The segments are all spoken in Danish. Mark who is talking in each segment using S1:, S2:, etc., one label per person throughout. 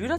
S1: lytter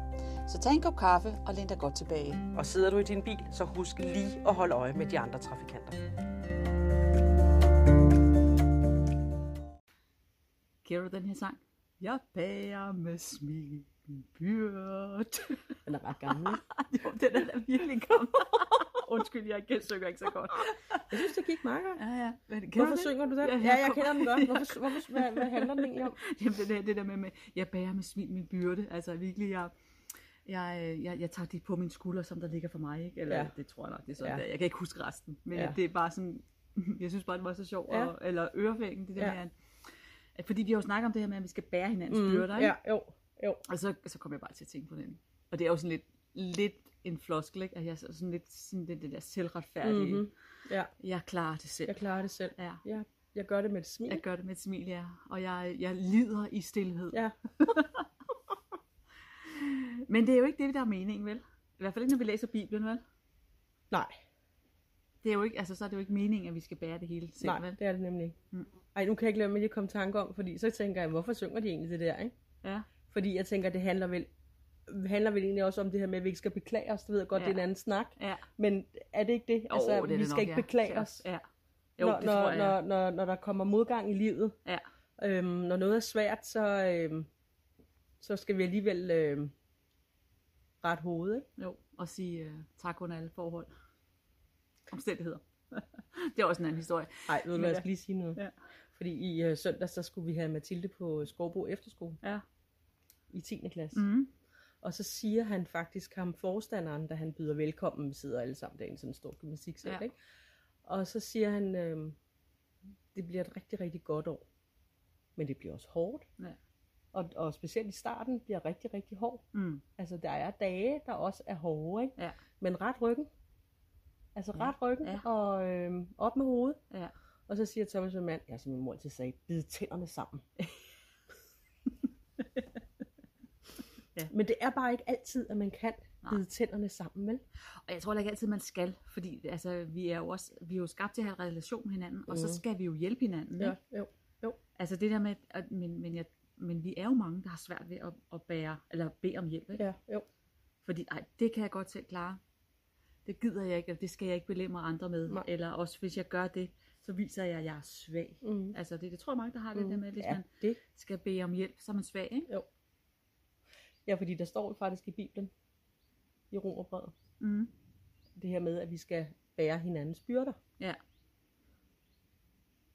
S2: Så tag en kop kaffe og læn dig godt tilbage.
S1: Og sidder du i din bil, så husk lige at holde øje med de andre trafikanter.
S2: Giver du den her sang? Jeg bærer med smil min byrd.
S3: Den er ret gammel. ikke?
S2: jo, den er da virkelig gammel. Undskyld, jeg gensynger ikke så godt.
S3: Jeg synes, det gik meget godt.
S2: Ja, ja. Men, kender
S3: Hvorfor
S2: du det?
S3: synger du den?
S2: Ja, jeg
S3: Ja, jeg
S2: kommer-
S3: kender den godt.
S2: Ja.
S3: Hvorfor, hvorfor, hvad, hvad handler den egentlig om?
S2: Jamen, det, der, det der med, med, jeg bærer med svin min byrde. Altså virkelig, jeg, jeg, øh, jeg, jeg tager det på min skulder, som der ligger for mig. Ikke? Eller
S3: Ja.
S2: ja. det tror jeg nok, det er sådan
S3: Ja.
S2: ja. der. Jeg kan ikke huske resten. Men
S3: Ja.
S2: ja. det er bare sådan, jeg synes bare, det var så sjovt.
S3: Ja.
S2: Ja. Og, eller ørefængen, det der
S3: Ja.
S2: ja. med, at- at, fordi vi har jo snakket om det her med, at vi skal bære hinandens mm, byrder. Ikke?
S3: ja, jo, jo.
S2: Og så, så kom jeg bare til at tænke på den. Og det er jo sådan lidt, lidt en floskel, ikke? At jeg er sådan lidt sådan det, det der selvretfærdige.
S3: Mhm.
S2: Mm-hmm.
S3: Ja,
S2: Jeg klarer det selv.
S3: jeg klarer det selv.
S2: Ja.
S3: Ja, jeg gør det med et smil.
S2: Jeg gør det med et smil, ja. Og jeg, jeg lider i stillhed.
S3: Ja,
S2: Men det er jo ikke det, der er meningen, vel? I hvert fald ikke, når vi læser Bibelen, vel?
S3: nej,
S2: Det er jo ikke, altså, så er det jo ikke meningen, at vi skal bære det hele selv,
S3: nej,
S2: vel?
S3: det er det nemlig ikke.
S2: Mm.
S3: Ej, nu kan jeg ikke lade mig lige komme i tanke om, fordi så tænker jeg, hvorfor synger de egentlig det der, ikke?
S2: Ja.
S3: Fordi jeg tænker, det handler vel, handler vel egentlig også om det her med, at vi ikke skal beklage os. Det ved jeg godt, ja.
S2: Ja.
S3: det er en anden snak.
S2: Ja.
S3: Men er det ikke det?
S2: Jo,
S3: altså,
S2: det er
S3: vi
S2: det
S3: skal
S2: nok,
S3: ikke
S2: ja.
S3: beklage os.
S2: Ja. Jo,
S3: når,
S2: det
S3: når,
S2: tror jeg.
S3: når, når, når der kommer modgang i livet,
S2: Ja.
S3: øhm, når noget er svært, så, øhm, så skal vi alligevel øhm, ret hovedet. Ikke?
S2: Jo, og sige uh, tak under alle forhold. Omstændigheder. det er også en anden historie.
S3: Ej, ved du hvad, jeg
S2: Ja.
S3: skal lige sige noget.
S2: Ja.
S3: Fordi i øh, søndag, så skulle vi have Mathilde på øh, Skovbo Efterskole
S2: Ja.
S3: i 10. klasse. Mm.
S2: Mm.
S3: Og så siger han faktisk ham forstanderen, da han byder velkommen, vi sidder alle sammen derinde i sådan en stor gymnastiksal,
S2: Ja.
S3: ja. ikke? Og så siger han, øhm, det bliver et rigtig, rigtig godt år. Men det bliver også hårdt.
S2: Ja.
S3: Og, og specielt i starten bliver rigtig, rigtig hård.
S2: Mm.
S3: Altså, der er dage, der også er hårde, ikke?
S2: Ja.
S3: Men ret ryggen. Altså,
S2: Ja.
S3: ret ryggen
S2: Ja.
S3: og øhm, op med hovedet.
S2: Ja.
S3: Og så siger Thomas min mand, ja, som min mor altid sagde, bid tænderne sammen.
S2: Ja.
S3: Men det er bare ikke altid, at man kan
S2: Nej.
S3: bide tænderne sammen, vel?
S2: Og jeg tror heller ikke altid, man skal, fordi altså, vi, er jo også, vi er jo skabt til at have en relation med hinanden, og så
S3: Mhm.
S2: skal vi jo hjælpe hinanden. ikke?
S3: jo.
S2: Altså det der med, at, men, men, jeg, men vi er jo mange, der har svært ved at, at bære, eller bede om hjælp. Ikke?
S3: Ja, jo.
S2: Fordi ej, det kan jeg godt selv klare. Det gider jeg ikke, eller det skal jeg ikke belemre andre med.
S3: Nej.
S2: Nej. Eller også hvis jeg gør det, så viser jeg, at jeg er svag.
S3: Mm.
S2: Altså det, det tror jeg mange, der har det
S3: Mm.
S2: der med, hvis
S3: Ja,
S2: man
S3: det.
S2: skal bede om hjælp, så er man svag, ikke?
S3: Ja, fordi der står jo faktisk i Bibelen, i Romerbrevet,
S2: Mm.
S3: det her med, at vi skal bære hinandens byrder.
S2: Ja.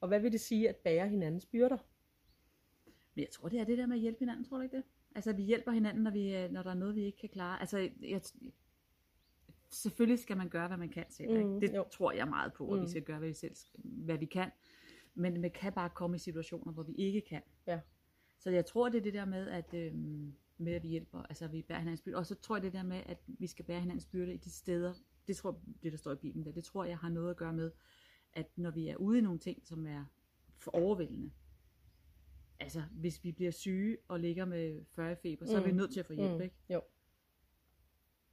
S3: Og hvad vil det sige, at bære hinandens byrder?
S2: Men jeg tror, det er det der med at hjælpe hinanden, tror du ikke det? Altså at vi hjælper hinanden, når, vi, øh, når der er noget, vi ikke kan klare. Altså jeg, selvfølgelig skal man gøre, hvad man kan selv.
S3: Mm,
S2: Ikke? Det
S3: jo.
S2: tror jeg meget på, at
S3: Mm.
S2: vi skal gøre, hvad vi, selv, hvad vi kan. Men man kan bare komme i situationer, hvor vi ikke kan.
S3: Ja.
S2: Så jeg tror, det er det der med, at, øhm, med, at vi hjælper, altså vi bærer hinandens byrde. Og så tror jeg det der med, at vi skal bære hinandens byrde i de steder, det tror jeg, det der står i Bibelen der, det tror jeg har noget at gøre med, at når vi er ude i nogle ting, som er for overvældende, altså hvis vi bliver syge og ligger med 40 i feber, så er vi
S3: Mm.
S2: nødt til at få hjælp, mm. ikke?
S3: Jo.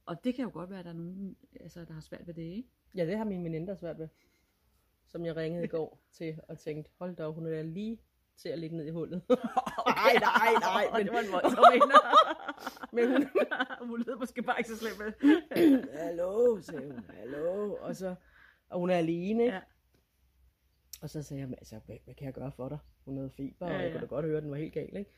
S2: Og det kan jo godt være, at der er nogen, altså, der har svært ved det, ikke?
S3: Ja, det har min veninde der svært ved. Som jeg ringede i går til og tænkte, hold da op, hun er lige til at ligge ned i hullet. nej, nej, nej. Men,
S2: det var en voldsom
S3: men hun,
S2: en. Hun lyder måske bare ikke så slemt.
S3: hallo, sagde hun, hallo. Og, så, og hun er alene, ikke? Ja.
S2: Ja.
S3: Og så sagde jeg, "Men altså, hvad, hvad kan jeg gøre for dig? Hun havde feber, ja,
S2: Ja,
S3: og jeg
S2: ja.
S3: kunne da godt høre, at den var helt gal, ikke?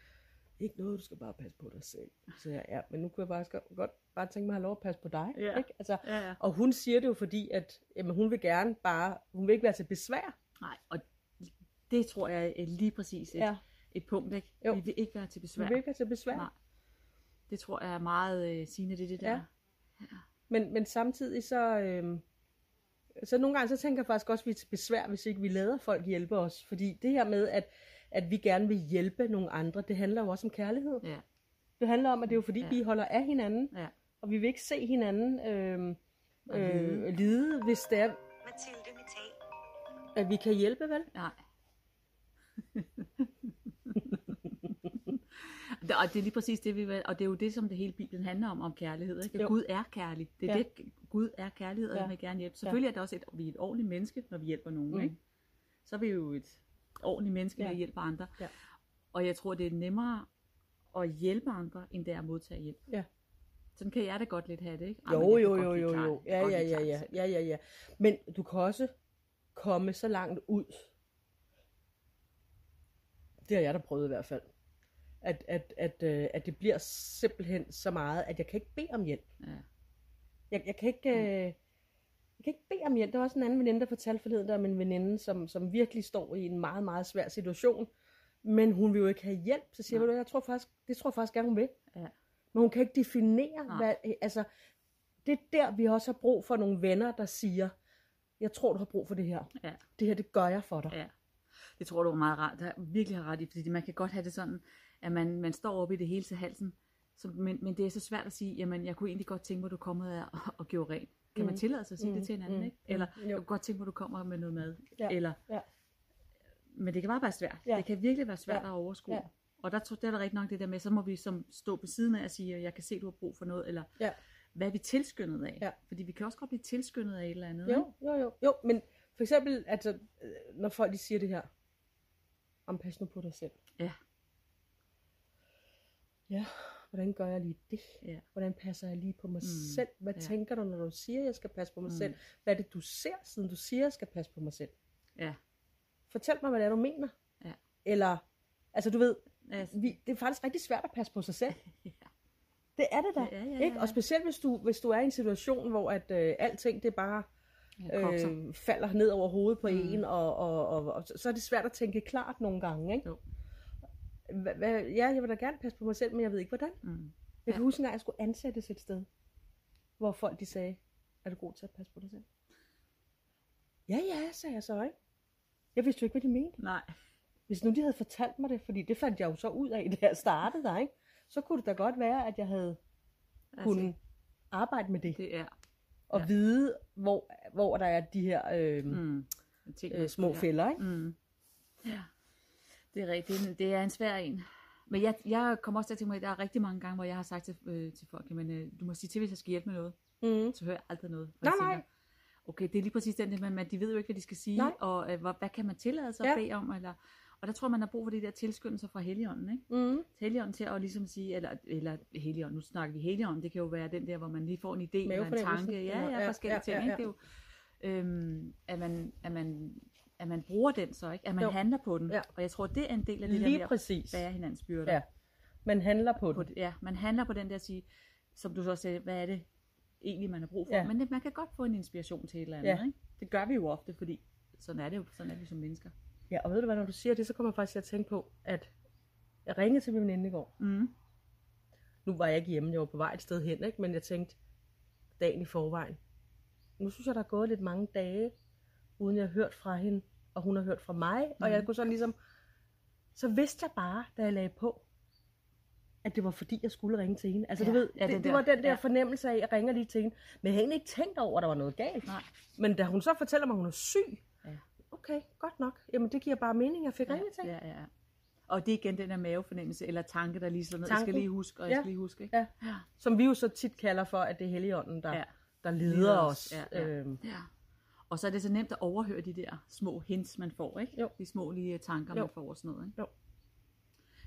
S3: Ikke noget, du skal bare passe på dig selv. Så jeg, ja, men nu kunne jeg bare sk- godt bare tænke mig at have lov at passe på dig,
S2: Ja.
S3: ikke? Altså,
S2: Ja, ja.
S3: og hun siger det jo fordi, at jamen, hun vil gerne bare, hun vil ikke være til besvær.
S2: Nej, og det tror jeg
S4: øh,
S2: er lige præcis et, ja. et punkt, ikke?
S3: Jo.
S2: Jo. Vi vil ikke være til
S3: hun
S2: besvær.
S3: vil ikke være til besvær.
S2: Nej. Det tror jeg er meget øh, sigende, det er det der.
S3: Ja. Men, men samtidig så, øhm, så nogle gange så tænker jeg faktisk også, at vi er til besvær, hvis ikke vi lader folk hjælpe os. Fordi det her med, at, at vi gerne vil hjælpe nogle andre, det handler jo også om kærlighed.
S2: Ja.
S3: Det handler om, at det er jo fordi, ja.
S2: Mm. Ja.
S3: vi holder af hinanden,
S2: Ja.
S3: og vi vil ikke se hinanden øhm,
S4: Og
S3: øh, lide, hvis det er,
S5: Mathilde Mital.
S3: at vi kan hjælpe, vel?
S4: Nej. Det- og det er lige præcis det, vi vil, og det er jo det, som det hele Bibelen handler om, om kærlighed. Ikke?
S3: Jo.
S4: At Gud er kærlig. Det er
S3: Ja.
S4: ja. det, Gud er kærlighed, og
S3: Ja.
S4: ja. han vil gerne hjælpe. Selvfølgelig ja. er det også et, vi er et ordentligt menneske, når vi hjælper nogen.
S3: Mm.
S4: Mm. Ikke? Så er vi jo et ordentligt menneske, når
S3: Ja.
S4: vi hjælper andre.
S3: Ja.
S4: Og jeg tror, det er nemmere at hjælpe andre, end det er at modtage hjælp.
S3: Ja.
S4: Sådan kan jeg da godt lidt have det, ikke? Ej, men
S3: Jo,
S4: jeg kan
S3: jo,
S4: godt
S3: jo,
S4: lide
S3: jo,
S4: Karen.
S3: jo.
S4: Jeg kan
S3: Ja,
S4: godt
S3: ja,
S4: lide
S3: ja,
S4: Karen altså.
S3: ja,
S4: selv.
S3: ja, ja, ja. Men du kan også komme så langt ud. Det har jeg da prøvet i hvert fald. At, at, at, øh, at det bliver simpelthen så meget, at jeg kan ikke bede om hjælp.
S4: Ja. Mm.
S3: Jeg, jeg kan ikke... Øh, jeg kan ikke bede om hjælp. Der var også en anden veninde, der fortalte forleden, der om en veninde, som, som virkelig står i en meget, meget svær situation. Men hun vil jo ikke have hjælp. Så siger
S4: Nej.
S3: jeg, jeg tror faktisk, det tror jeg faktisk gerne, hun vil.
S4: Ja.
S3: Men hun kan ikke definere,
S4: Nej.
S3: hvad, øh, altså, det er der, vi også har brug for nogle venner, der siger, jeg tror, du har brug for det her.
S4: Ja.
S3: Det her, det gør jeg for dig.
S4: Ja. Det tror du var meget rart. Der virkelig har ret i, fordi man kan godt have det sådan, at man, man står oppe i det hele til halsen. Så, men, men det er så svært at sige, jamen jeg kunne egentlig godt tænke mig, at du kom her og, og gjorde rent. Kan man
S3: Mm.
S4: tillade sig at sige
S3: Mm,
S4: det til hinanden,
S3: mm,
S4: ikke? Eller
S3: mm, jo.
S4: jeg kunne godt tænke mig, at du kommer med noget mad.
S3: Ja,
S4: Eller,
S3: ja.
S4: Men det kan bare være svært.
S3: Ja.
S4: Det kan virkelig være svært
S3: Ja,
S4: at overskue.
S3: ja.
S4: Og der tror det er der rigtig nok det der med, så må vi som stå på siden af og sige, jeg kan se, du har brug for noget, eller
S3: Ja.
S4: hvad er vi tilskyndet af?
S3: Ja.
S4: Fordi vi kan også godt blive tilskyndet af et eller andet.
S3: Jo, jo, jo. Jo, men for eksempel, altså, øh, når folk de siger det her, om pas nu på dig selv.
S4: Ja.
S3: Ja, hvordan gør jeg lige det?
S4: Ja.
S3: Hvordan passer jeg lige på mig
S4: Mm,
S3: mm, selv? Hvad ja.
S4: ja.
S3: tænker du, når du siger, jeg skal passe på mig mm.
S4: Mm.
S3: selv? Hvad er det, du ser, siden du siger, jeg skal passe på mig selv?
S4: Ja.
S3: Fortæl mig, hvad det er, du mener.
S4: Ja.
S3: Eller, altså du ved,
S4: Ikke? Altså,
S3: vi, det er faktisk rigtig svært at passe på sig selv. Det er det da.
S4: Ja, ja, ja,
S3: ikke?
S4: ja.
S3: Og specielt hvis du, hvis du er i en situation, hvor at øh, alting det bare
S4: ja, kropser.
S3: øh, falder ned over hovedet på mm.
S4: Mm.
S3: en, og, og, og, og så- så er det svært at tænke klart nogle gange. Ikke?
S4: Jo.
S3: Hva, hva, ja, jeg vil da gerne passe på mig selv, men jeg ved ikke hvordan.
S4: Mm.
S3: Jeg kan
S4: Ja.
S3: huske engang, jeg skulle ansættes et sted, hvor folk de sagde, er du god til at passe på dig selv? Ja, ja, sagde jeg så, ikke? Jeg vidste jo ikke, hvad de mente.
S4: Nej.
S3: Hvis nu de havde fortalt mig det, fordi det fandt jeg jo så ud af, da jeg startede der, ikke? Så kunne det da godt være, at jeg havde
S4: Altså,
S3: kunne arbejde med det,
S4: Det er
S3: og
S4: ja.
S3: vide, hvor, hvor der er de her øh, mm.
S4: mm, ting,
S3: øh, små fælder, ikke?
S4: Mm. Ja, det er rigtigt. Det er en- Det er en svær en. Men jeg, jeg kommer også til at tænke mig, at der er rigtig mange gange, hvor jeg har sagt til, øh, til folk, jamen, øh, du må sige til, hvis jeg skal hjælpe med noget.
S3: Mm.
S4: Så hører jeg aldrig noget. Og
S3: Nej,
S4: jeg
S3: nej.
S4: Okay, det er lige præcis den der, men de ved jo ikke, hvad de skal sige,
S3: Nej.
S4: og øh, hvor, hvad kan man tillade sig ja.
S3: Ja.
S4: at bede om, eller... Og der tror jeg, man har brug for det der tilskyndelse fra Helligånden, ikke?
S3: Mm.
S4: Helligånden til at ligesom sige, eller, eller Helligånden, nu snakker vi Helligånden, det kan jo være den der, hvor man lige får en idé eller en
S3: Mavefornemmelsen.
S4: tanke, ja, ja,
S3: Ja,
S4: ja forskellige
S3: ja,
S4: ja,
S3: ja,
S4: ting, ja,
S3: ja.
S4: ja. ikke? Det er jo, øhm, at, man, at, man, at man bruger den så, ikke? At man
S3: Jo.
S4: jo. handler på den,
S3: Ja.
S4: ja. og jeg tror, det er en del af det
S3: Lige
S4: der med
S3: præcis.
S4: at bære hinandens byrder.
S3: Ja, Man handler på
S4: På
S3: det.
S4: det- ja, man handler på den der at sige, som du så også sagde, hvad er det egentlig, man har brug for?
S3: Ja.
S4: Ja. Men det, man kan godt få en inspiration til et eller andet,
S3: Ja.
S4: ja. ikke? Det gør vi jo ofte, fordi sådan er det jo, sådan er vi som mennesker.
S3: Ja, og ved du hvad, når du siger det, så kommer jeg faktisk til at tænke på, at jeg ringede til min veninde i går.
S4: Mm.
S3: Nu var jeg ikke hjemme, jeg var på vej et sted hen, ikke? men jeg tænkte dagen i forvejen. Nu synes jeg, der er gået lidt mange dage, uden jeg har hørt fra hende, og hun har hørt fra mig, mm. og jeg kunne sådan ligesom... Så vidste jeg bare, da jeg lagde på, at det var fordi, jeg skulle ringe til hende. Altså ja,
S4: Ja,
S3: du ved,
S4: ja,
S3: det,
S4: den
S3: det, det
S4: der-
S3: var den der ja.
S4: ja.
S3: fornemmelse af, at jeg ringer lige til hende. Men jeg havde egentlig ikke tænkt over, at der var noget galt.
S4: Nej.
S3: Men da hun så fortæller mig, at hun er syg,
S4: Ja.
S3: okay, godt nok. Jamen det giver bare mening, jeg fik ja, ringet til.
S4: ja, ja, ja. Og det er igen den der mavefornemmelse, eller tanke, der lige slår ned. Jeg
S3: Tanken.
S4: skal lige huske, og jeg
S3: Ja.
S4: skal lige huske. Ikke?
S3: Ja. Som vi jo så tit kalder for, at det er Helligånden, der, ja.
S4: Ja.
S3: der leder os.
S4: Ja, ja.
S3: Øhm,
S4: Ja. Og så er det så nemt at overhøre de der små hints, man får, ikke?
S3: Jo.
S4: De små lige øh, tanker,
S3: Jo.
S4: man får og sådan noget, ikke?
S3: Jo.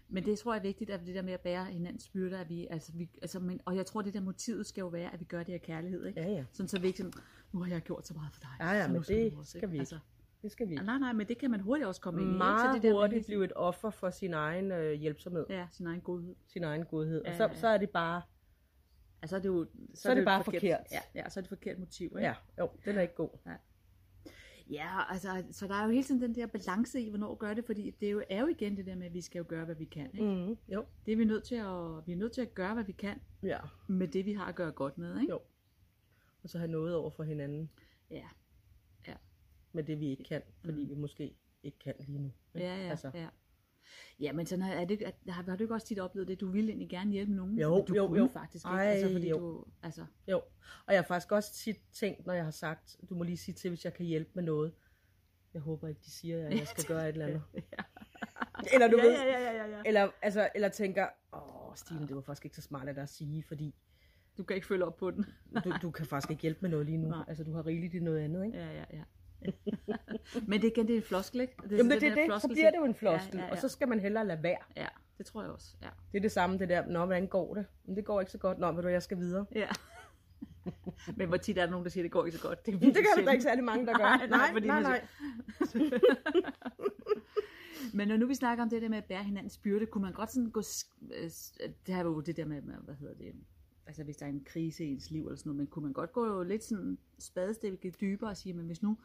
S4: Men det tror jeg er vigtigt, at det der med at bære hinandens byrder, at vi, altså vi, altså, men, og jeg tror, det der motivet skal jo være, at vi gør det af kærlighed, ikke?
S3: ja, ja.
S4: Sådan så vi ikke sådan, nu har jeg gjort så meget for dig.
S3: Ja, ja,
S4: så
S3: men
S4: nu
S3: det
S4: du også,
S3: skal vi ikke.
S4: Altså,
S3: Det skal vi
S4: nej, nej, men det kan man hurtigt også komme ind i. ikke?
S3: Mm, meget
S4: det der med
S3: hurtigt
S4: hele tiden-
S3: blive et offer for sin egen øh, hjælpsomhed, ja.
S4: Ja, sin egen godhed.
S3: sin egen godhed. Og
S4: Ja,
S3: så,
S4: ja, ja.
S3: så er det bare,
S4: Altså, så er det jo,
S3: Så er det
S4: jo
S3: bare
S4: et
S3: forkert.
S4: Ja, ja, så er det et forkert motiv, ikke?
S3: ja, jo, den er ikke god.
S4: Ja, altså, så der er jo hele tiden den der balance i, hvornår gør det, fordi det er jo, er jo igen det der med, at vi skal jo gøre, hvad vi kan. Ikke? Mm.
S3: Mm, jo,
S4: Det er vi nødt til at, vi er nødt til at gøre, hvad vi kan
S3: ja.
S4: med det, vi har at gøre godt med. Ikke?
S3: Jo. Og så have noget over for hinanden
S4: Ja,
S3: med det, vi ikke kan, fordi vi måske ikke kan lige nu. ikke?
S4: Mm. ja, ja,
S3: altså,
S4: ja. Ja, men sådan har, er det, er- har, har du ikke også tit oplevet det? Du ville egentlig gerne hjælpe nogen,
S3: Jo,
S4: men du
S3: jo,
S4: kunne
S3: jo.
S4: faktisk ikke.
S3: Ej,
S4: altså, fordi
S3: jo.
S4: du, altså,
S3: Jo, og jeg har faktisk også tit tænkt, når jeg har sagt, du må lige sige til, hvis jeg kan hjælpe med noget. Jeg håber ikke, de siger, at jeg skal gøre et eller andet. Eller du
S4: ja,
S3: ved,
S4: ja, ja, ja, ja, ja.
S3: Eller, altså, eller tænker, åh, Stine, det var faktisk ikke så smart af dig at sige, fordi
S4: Du kan ikke følge op på den.
S3: du, du kan faktisk ikke hjælpe med noget lige nu.
S4: Nej.
S3: Altså, du har rigeligt i noget andet, ikke?
S4: Ja, ja, ja. men det er igen, det er en floskel, ikke? Det er
S3: Jamen,
S4: sådan
S3: det, det,
S4: den
S3: det,
S4: her
S3: det. Så
S4: floskel,
S3: bliver det jo
S4: som-
S3: en floskel,
S4: Ja, ja, ja.
S3: og så skal man hellere lade være.
S4: Ja, det tror jeg også, ja.
S3: Det er det samme, det der, nå, hvordan går det? Men det går ikke så godt. Nå, ved du, jeg skal videre.
S4: ja. men hvor tit er der nogen, der siger, at det går ikke så godt? Det, er
S3: Men det
S4: virkelig
S3: gør der da
S4: sjældent.
S3: ikke særlig mange, der gør.
S4: Nej, nej, fordi
S3: nej,
S4: det er
S3: nej.
S4: Men når nu vi snakker om det der med at bære hinandens byrde, kunne man godt sådan gå... sk- øh, s- Det her var jo det der med, med, hvad hedder det, altså hvis der er en krise i ens liv eller sådan noget, men kunne man godt gå lidt sådan spadestikket dybere og sige, men hvis nu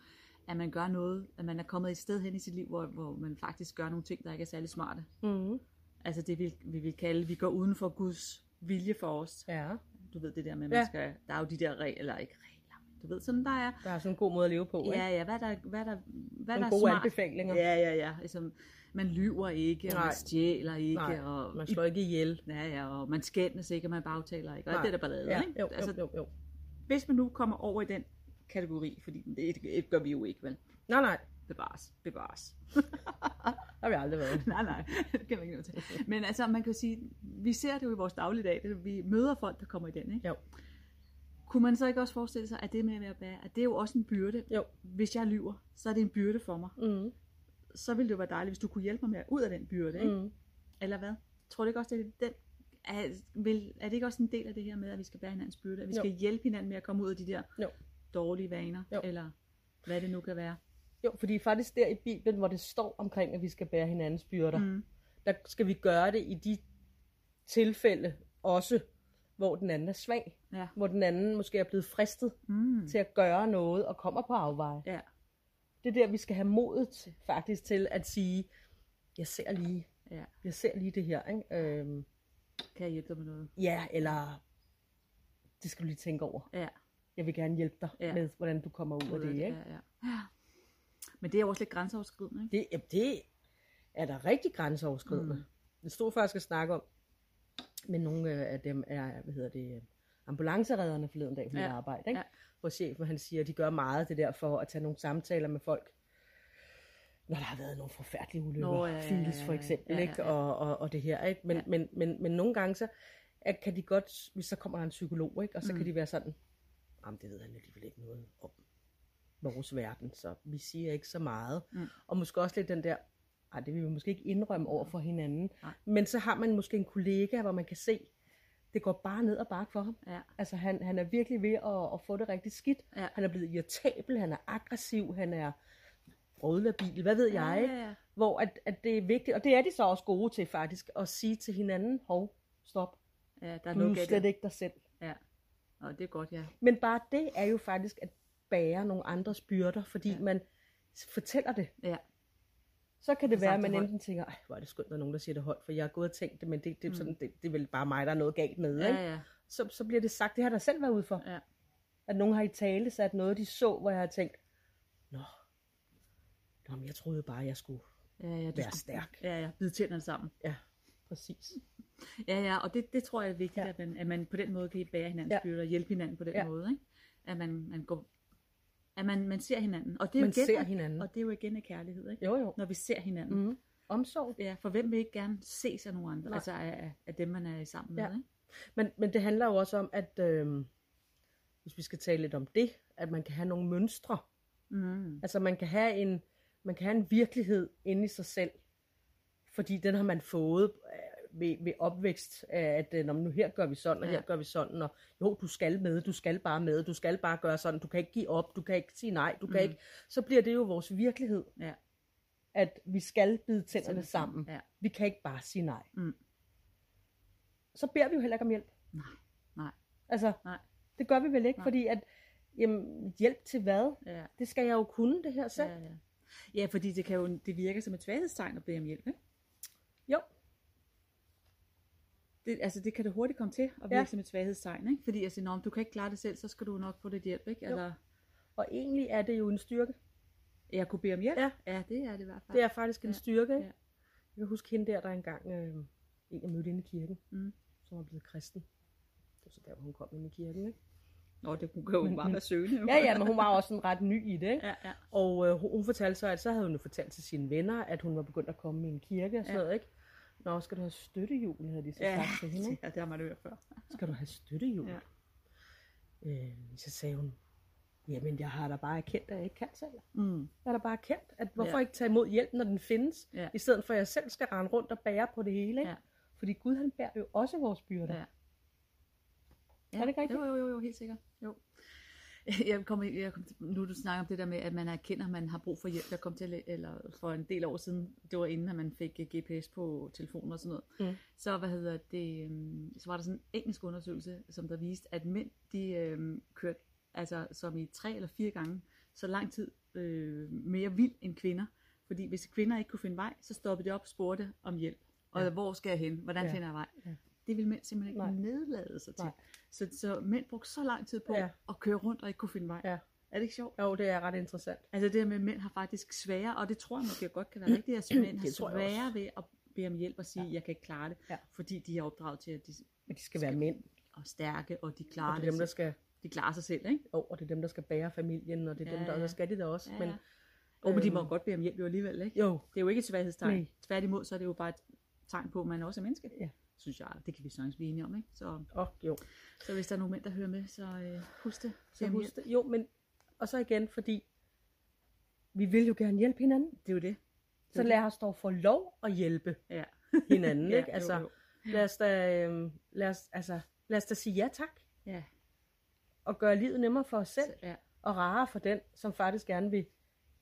S4: at man gør noget, at man er kommet et sted hen i sit liv, hvor, hvor man faktisk gør nogle ting, der ikke er særlig smarte.
S3: Mm-hmm.
S4: Altså det vi, vi vil kalde, vi går uden for Guds vilje for os.
S3: Ja,
S4: Du ved det der med, at
S3: Ja.
S4: man skal, der er jo de der regler, eller ikke regler, men du ved sådan der er.
S3: der er sådan en god måde at leve på, ikke?
S4: Ja, ja, hvad der, hvad der, hvad der
S3: Nogle
S4: er
S3: gode
S4: smart.
S3: anbefalinger.
S4: Ja, ja, ja. Altså, man lyver ikke, og
S3: Nej.
S4: man stjæler ikke,
S3: Nej,
S4: og
S3: man slår ikke ihjel.
S4: Ja, ja, og man skændes ikke, og man bagtaler ikke, og
S3: Nej.
S4: alt det der ballade,
S3: Ja,
S4: ikke?
S3: jo,
S4: altså,
S3: jo, jo, jo.
S4: hvis man nu kommer over i den kategori, fordi det, det gør vi jo ikke, vel?
S3: Nej, nej,
S4: Bevares, bevares.
S3: der har vi aldrig været.
S4: nej, nej, det kan man ikke nå til. Men altså, man kan jo sige, vi ser det jo i vores dagligdag, det er, vi møder folk, der kommer i den, ikke?
S3: Jo.
S4: Kunne man så ikke også forestille sig, at det med at være bære, at det er jo også en byrde?
S3: Jo.
S4: Hvis jeg lyver, så er det en byrde for mig.
S3: Mm.
S4: så ville det jo være dejligt, hvis du kunne hjælpe mig med at ud af den byrde, ikke? Mm.
S3: Mm.
S4: Eller hvad? Tror du ikke også, det er den... Er, vil, er det ikke også en del af det her med, at vi skal bære hinandens byrde? At vi
S3: Jo.
S4: skal hjælpe hinanden med at komme ud af de der
S3: Jo.
S4: dårlige vaner?
S3: Jo.
S4: Eller hvad det nu kan være?
S3: Jo, fordi faktisk der i Bibelen, hvor det står omkring, at vi skal bære hinandens byrder, mm.
S4: Mm.
S3: der skal vi gøre det i de tilfælde også, hvor den anden er svag.
S4: Ja.
S3: Hvor den anden måske er blevet fristet
S4: Mm.
S3: mm. til at gøre noget og kommer på afveje.
S4: ja.
S3: Det er der, vi skal have modet faktisk til at sige, jeg ser lige,
S4: Ja.
S3: jeg ser lige det her. Ikke? Øhm,
S4: Kan jeg hjælpe dig med noget?
S3: ja, eller det skal du lige tænke over.
S4: Ja.
S3: Jeg vil gerne hjælpe dig
S4: Ja.
S3: ja. med, hvordan du kommer ud af det. Ikke?
S4: Ja, ja. ja. Men det er jo også lidt grænseoverskridende, ikke?
S3: Det, jamen, det er da rigtig grænseoverskridende. Mm. Det stod faktisk at snakke om, men nogle øh, af dem er, hvad hedder det, øh, ambulanceredderne forleden dag på ja.
S4: Ja,
S3: mit arbejde, ikke?
S4: ja.
S3: Ja. hvor chefen han siger, at de gør meget af det der for at tage nogle samtaler med folk, når der har været nogle forfærdelige ulykker,
S4: Nå,
S3: Nå,
S4: ja, ja, ja,
S3: files
S4: ja,
S3: for
S4: ja.
S3: eksempel,
S4: Ja, ja,
S3: Ikke?
S4: ja.
S3: Og, og, og det her, ikke? Men,
S4: Ja.
S3: ja. men, men, men nogle gange så at kan de godt, hvis så kommer der en psykolog, ikke? og så mm. kan de være sådan, jamen det ved han alligevel ikke noget om vores verden, så vi siger ikke så meget.
S4: Mm.
S3: Og måske også lidt den der, ej, det vil vi måske ikke indrømme over for hinanden.
S4: Nej.
S3: Men så har man måske en kollega, hvor man kan se, det går bare ned og bakke for ham.
S4: Ja.
S3: Altså han, han er virkelig ved at, at få det rigtig skidt.
S4: Ja.
S3: Han er blevet irritabel, han er aggressiv, han er frødlabil, hvad ved jeg.
S4: Ja,
S3: ikke?
S4: ja, ja.
S3: Hvor at, at det er vigtigt, og det er de så også gode til faktisk, at sige til hinanden, hov, stop,
S4: ja der er
S3: du er
S4: noget galt.
S3: slet
S4: der.
S3: ikke dig selv.
S4: Ja. Og det er godt, ja.
S3: Men bare det er jo faktisk at bære nogle andres byrder, fordi
S4: Ja.
S3: ja. man fortæller det.
S4: Ja.
S3: Så kan det
S4: Og
S3: være,
S4: sagt
S3: at man
S4: det højt.
S3: enten tænker, "Ej, hvor er det skønt, at der er nogen, der siger det højt, for jeg har gået og tænkt det, men det, det, er sådan, det, det er vel bare mig, der er noget galt med.
S4: Mm. Ja,
S3: Ikke?
S4: ja.
S3: Så, så bliver det sagt, det har jeg da selv været ude for.
S4: Ja.
S3: At nogen har i tale sat noget, de så, hvor jeg har tænkt, nå, nå men jeg troede bare, jeg skulle.
S4: Ja, ja, du
S3: Vær
S4: skulle-
S3: stærk.
S4: Ja, ja, bid tænderne sammen.
S3: Ja, præcis.
S4: Ja, ja, og det, det tror jeg er vigtigt, ja.
S3: Ja.
S4: at, man, at man på den måde kan bære hinandens ja.
S3: Ja.
S4: byrder og hjælpe hinanden på den ja.
S3: Ja.
S4: måde. Ikke? At man, man går at man, man ser hinanden. Og det er
S3: Man
S4: jo igen,
S3: ser
S4: af-
S3: hinanden.
S4: Og det er jo igen af kærlighed, ikke?
S3: Jo, jo.
S4: Når vi ser hinanden.
S3: Mm. Omsorg.
S4: Ja, for hvem vil ikke gerne ses af nogen andre? Nej.
S3: Nej.
S4: Altså af, af, af dem, man er sammen
S3: Ja.
S4: med, ikke?
S3: Men, men det handler jo også om, at øh, hvis vi skal tale lidt om det, at man kan have nogle mønstre.
S4: Mm.
S3: Altså man kan have en, man kan have en virkelighed inde i sig selv, fordi den har man fået øh, ved, ved opvækst, af, at øh, "Nå, men nu her gør vi sådan, og
S4: Ja.
S3: her gør vi sådan, og jo, du skal med, du skal bare med, du skal bare gøre sådan, du kan ikke give op, du kan ikke sige nej, du kan
S4: Mm.
S3: ikke. Så bliver det jo vores virkelighed,
S4: Ja.
S3: at vi skal bide tænderne sammen.
S4: Ja.
S3: Vi kan ikke bare sige nej.
S4: Mm.
S3: Så beder vi jo heller ikke om hjælp.
S4: Nej, nej,
S3: Altså,
S4: nej.
S3: det gør vi vel ikke,
S4: Nej.
S3: fordi at, jamen, hjælp til hvad?
S4: Ja,
S3: Det skal jeg jo kunne, det her selv.
S4: ja, ja. ja fordi det, kan jo, det virker som et svaghedstegn at bede om hjælp, ikke?
S3: Jo,
S4: det, altså det kan det hurtigt komme til at virke
S3: Ja.
S4: som et svaghedstegn, ikke? Fordi jeg siger, om du kan ikke klare det selv, så skal du nok få lidt hjælp, ikke?
S3: Jo.
S4: Eller,
S3: og egentlig er det jo en styrke.
S4: jeg kunne bede om hjælp.
S3: Ja.
S4: ja det er det i hvert fald.
S3: Det er faktisk en
S4: Ja.
S3: styrke.
S4: Ja.
S3: ikke? Jeg kan huske hende der, der engang øh, en, jeg mødte inde i kirken,
S4: Mm.
S3: som var blevet kristen. Det var så der, hvor hun kom ind i kirken, ikke?
S4: Nå, det kunne jo
S3: Men-
S4: bare
S3: men-
S4: være søgende. jo.
S3: Ja, ja, men hun var også sådan ret ny i det, ikke?
S4: ja, ja.
S3: Og øh, hun, hun fortalte så, at så havde hun jo fortalt til sine venner, at hun var begyndt at komme i en kirke og sådan
S4: Ja.
S3: noget, ikke? Nå, skal du have støttehjul, havde de så
S4: Ja,
S3: sagt til hende, ikke?
S4: ja, det har man hørt før.
S3: Skal du have støttehjul?
S4: Ja.
S3: Øh, så sagde hun, jamen jeg har da bare erkendt, at jeg ikke kan selv.
S4: Mm.
S3: Jeg har da bare erkendt, at hvorfor
S4: Ja.
S3: ja. ikke tage imod hjælp, når den findes,
S4: Ja.
S3: i stedet for at jeg selv skal rende rundt og bære på det hele, ikke?
S4: Ja.
S3: Ja. Fordi Gud han bærer jo også vores byrder.
S4: Ja.
S3: Ja.
S4: Ja,
S3: Er det ikke rigtigt?
S4: Jo, jo, jo, jo, helt sikkert. Jo. Jeg kom, jeg kom, til- nu du snakker om det der med, at man erkender, at man har brug for hjælp. Jeg kom til, at læ- eller for en del år siden, det var inden, at man fik øh, GPS på telefonen og sådan noget.
S3: Mm.
S4: Så, hvad hedder det, øhm, så var der sådan en engelsk undersøgelse, som der viste, at mænd, de øhm, kørte altså, som i tre eller fire gange så lang tid øh, mere vild end kvinder. Fordi hvis kvinder ikke kunne finde vej, så stoppede de op og spurgte om hjælp. Og
S3: Ja.
S4: hvor skal jeg hen? Hvordan
S3: Ja.
S4: finder jeg vej?
S3: Ja.
S4: Det ville mænd simpelthen ikke
S3: Nej.
S4: nedlade sig til.
S3: Nej.
S4: Så, så mænd brugte så lang tid på ja.
S3: Ja.
S4: at køre rundt og ikke kunne finde vej.
S3: Ja.
S4: Er det ikke sjovt?
S3: Jo, det er ret interessant.
S4: Altså det der med, at mænd har faktisk svære, og det tror jeg måske jeg godt kan være rigtigt, at mænd har
S3: Mm. Det tror jeg
S4: svære
S3: også.
S4: ved at bede om hjælp og sige, ja. jeg kan ikke klare det,
S3: Ja.
S4: fordi de er opdraget til, at de
S3: Men de skal være mænd,
S4: er stærke, og de
S3: og
S4: klarer
S3: det
S4: det,
S3: er dem, der skal
S4: de klarer sig selv, ikke?
S3: jo, og det er dem, der skal bære familien, og det er
S4: Ja,
S3: dem, der
S4: ja.
S3: også skal det da også.
S4: Ja,
S3: Men,
S4: ja. Og men de må
S3: øhm,
S4: godt bede om hjælp jo alligevel, ikke?
S3: Jo,
S4: Det er jo ikke et svaghedstegn.
S3: Nej.
S4: Tværtimod, så er det jo bare et tegn på, at man også er menneske.
S3: Ja.
S4: Synes jeg, det kan vi sagtens blive enige om, ikke? Så,
S3: og jo.
S4: så hvis der er nogen mænd, der hører med, så øh, husk det.
S3: Så
S4: Bed om
S3: husk
S4: hjælp.
S3: det. Jo, men, og så igen, fordi vi vil jo gerne hjælpe hinanden.
S4: Det er jo det.
S3: Så lad os dog få lov at hjælpe
S4: Ja.
S3: hinanden,
S4: Ja,
S3: ikke?
S4: jo,
S3: Altså,
S4: jo.
S3: Lad, os da, øhm, lad, os, altså, lad os da sige ja tak,
S4: Ja.
S3: og gøre livet nemmere for os selv,
S4: Ja.
S3: og rarere for den, som faktisk gerne vil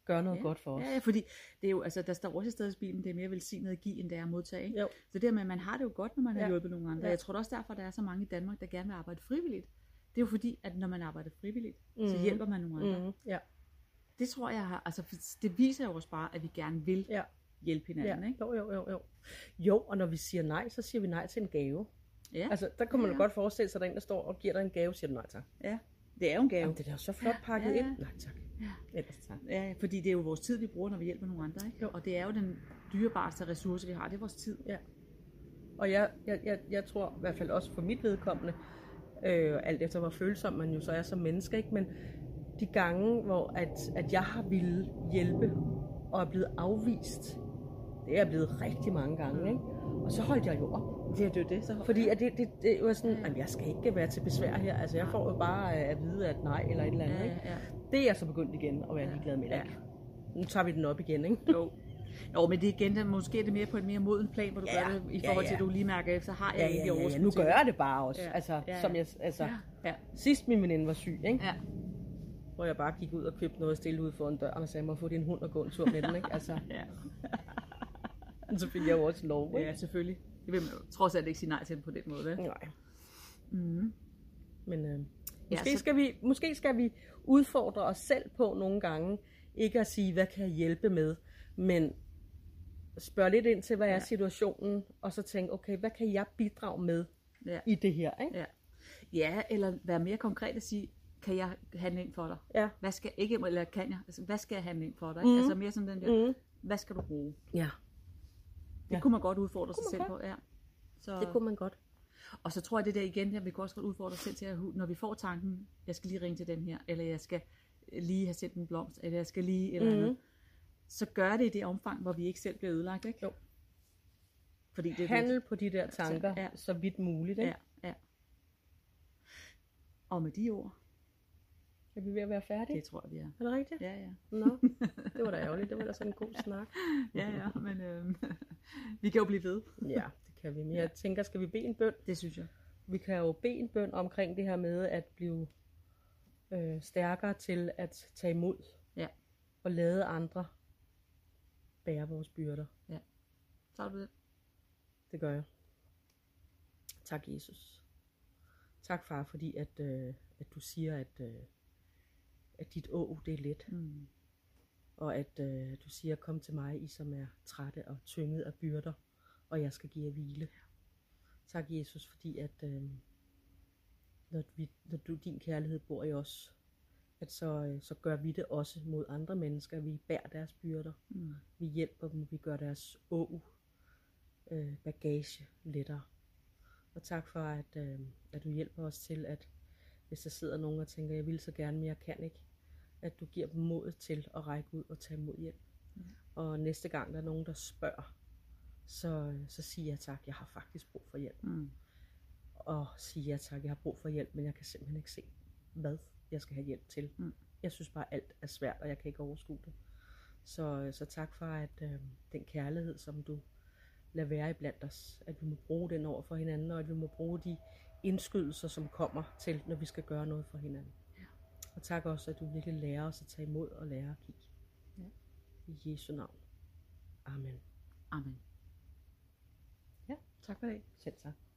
S3: gøre noget
S4: Ja.
S3: godt for os.
S4: Ja, ja, fordi det er jo, altså, der står også i stedet i Bibelen, det er mere velsignet at give, end det er at modtage. Ikke?
S3: Jo.
S4: Så det der med, at man har det jo godt, når man har
S3: Ja.
S4: hjulpet nogen andre.
S3: Ja.
S4: Jeg tror da også derfor, der er så mange i Danmark, der gerne vil arbejde frivilligt. Det er jo fordi, at når man arbejder frivilligt, mm. så
S3: Mhm.
S4: hjælper man nogle andre. Mm.
S3: Mm, ja,
S4: Det tror jeg har, altså for det viser jo også bare, at vi gerne vil
S3: ja,
S4: hjælpe hinanden.
S3: ja.
S4: Ikke?
S3: Jo, jo, jo, jo. Jo, og når vi siger nej, så siger vi nej til en gave.
S4: Ja.
S3: Altså, der kunne man
S4: Ja,
S3: jo
S4: ja.
S3: godt forestille sig, at der er en, der står og giver dig en gave, siger du nej tak.
S4: ja, det er jo en gave.
S3: Jamen, det er da jo så flot pakket
S4: Ja,
S3: ja,
S4: ja.
S3: ja. ind. Nej tak. Ja. Ellers tak.
S4: Ja, fordi det er jo vores tid, vi bruger, når vi hjælper nogle andre. Ikke?
S3: Jo.
S4: Og det er jo den dyrebareste ressource, vi har. Det er vores tid.
S3: Og jeg, jeg, jeg, jeg tror i hvert fald også for mit vedkommende, øh, alt efter hvor følsom man jo så er som menneske, ikke? men de gange, hvor at, at jeg har ville hjælpe og er blevet afvist, det er jeg blevet rigtig mange gange, ikke? og så holdt jeg jo op.
S4: Mm. Det er jo det. Så...
S3: Fordi at det, det, det var sådan, at jeg skal ikke være til besvær her. Altså, jeg får jo bare øh, at vide, at nej eller et eller andet.
S4: Ja,
S3: Ikke?
S4: ja, ja.
S3: Det er jeg så begyndt igen at være ligeglad med.
S4: Ja.
S3: Ja. Nu tager vi den op igen, ikke?
S4: Jo. Jo, men det er igen, der, måske er det mere på en mere moden plan, hvor du
S3: Ja,
S4: gør det, i
S3: ja,
S4: forhold til,
S3: ja.
S4: at du lige mærker efter, har jeg
S3: Ja,
S4: egentlig
S3: ja, ja, ja.
S4: overskud
S3: Nu
S4: til
S3: gør jeg det bare også.
S4: Ja.
S3: Altså,
S4: Ja, ja.
S3: som jeg, altså,
S4: Ja, ja,
S3: Sidst min veninde var syg, ikke?
S4: ja.
S3: hvor jeg bare gik ud og købte noget stille ude foran døren og sagde, må jeg få din hund og gå en tur med den, ikke? Altså,
S4: ja.
S3: så fik jeg jo også lov, ikke?
S4: ja selvfølgelig. Det vil man jo trods alt ikke sige nej til på den måde, vel?
S3: Nej,
S4: Mm.
S3: men øh,
S4: Ja,
S3: måske,
S4: så-
S3: skal vi, måske skal vi udfordre os selv på nogle gange, ikke at sige, hvad kan jeg hjælpe med, men spørge lidt ind til, hvad
S4: Ja.
S3: er situationen, og så tænke, okay, hvad kan jeg bidrage med
S4: Ja.
S3: i det her, ikke?
S4: Ja. ja, eller være mere konkret og sige, kan jeg handle ind for dig?
S3: Ja. Mhm.
S4: Hvad skal jeg ikke, eller kan jeg? Altså, hvad skal jeg handle ind for dig? Mm. Altså mere sådan den der, mm. hvad skal du bruge?
S3: Ja,
S4: Det ja.
S3: Mhm. Ja.
S4: kunne man godt udfordre sig
S3: Kunne
S4: selv
S3: man
S4: på, ja. Så...
S3: det kunne man godt.
S4: Og så tror jeg det der igen, at vi kan også godt udfordre os selv til, at hu- når vi får tanken, jeg skal lige ringe til den her, eller jeg skal lige have sendt en blomst, eller jeg skal lige et
S3: Mhm.
S4: eller andet, så gør det i det omfang, hvor vi ikke selv bliver ødelagt, ikke?
S3: Jo.
S4: Fordi det er
S3: Handle på de der tanker,
S4: ja.
S3: så vidt muligt,
S4: vigtigt.
S3: ikke?
S4: Ja, ja. Og med de ord,
S3: Er vi ved at være færdige?
S4: det tror jeg, vi er.
S3: Er det rigtigt?
S4: Ja, ja.
S3: Nå, det var da ærgerligt. Det var da sådan en god snak.
S4: Ja, ja, men øh, vi kan jo blive ved.
S3: Ja, det kan vi. Men jeg tænker, skal vi bede en bøn?
S4: Det synes jeg.
S3: Vi kan jo bede en bøn omkring det her med at blive øh, stærkere til at tage imod
S4: Ja.
S3: og lade andre bære vores byrder.
S4: Tager du det?
S3: Det gør jeg. Tak, Jesus. Tak, far, fordi at, øh, at du siger, at, øh, at dit å, det er let.
S4: Mm.
S3: Og at øh, du siger, kom til mig, I som er trætte og tynget af byrder, og jeg skal give jer hvile. Tak Jesus, fordi at, øh, når, vi, når du, din kærlighed bor i os, at så, øh, så gør vi det også mod andre mennesker. Vi bærer deres byrder,
S4: Mm.
S3: vi hjælper dem, vi gør deres å øh, bagage lettere. Og tak for, at, øh, at du hjælper os til, at hvis der sidder nogen og tænker, jeg vil så gerne, men jeg kan ikke, at du giver dem modet til at række ud og tage imod hjælp.
S4: Ja.
S3: Og næste gang der er nogen, der spørger, så, øh, så siger jeg tak, jeg har faktisk brug for hjælp.
S4: Mm.
S3: Og sige ja tak, jeg har brug for hjælp, men jeg kan simpelthen ikke se, hvad jeg skal have hjælp til.
S4: Mm.
S3: Jeg synes bare, alt er svært, og jeg kan ikke overskue det. Så, så tak for, at øh, den kærlighed, som du lader være iblandt os, at vi må bruge den over for hinanden, og at vi må bruge de indskydelser, som kommer til, når vi skal gøre noget for hinanden.
S4: Ja.
S3: Og tak også, at du virkelig lærer os at tage imod og lære at give.
S4: Ja.
S3: I Jesu navn. Amen.
S4: Amen.
S3: Ja, tak for det. Selv tak.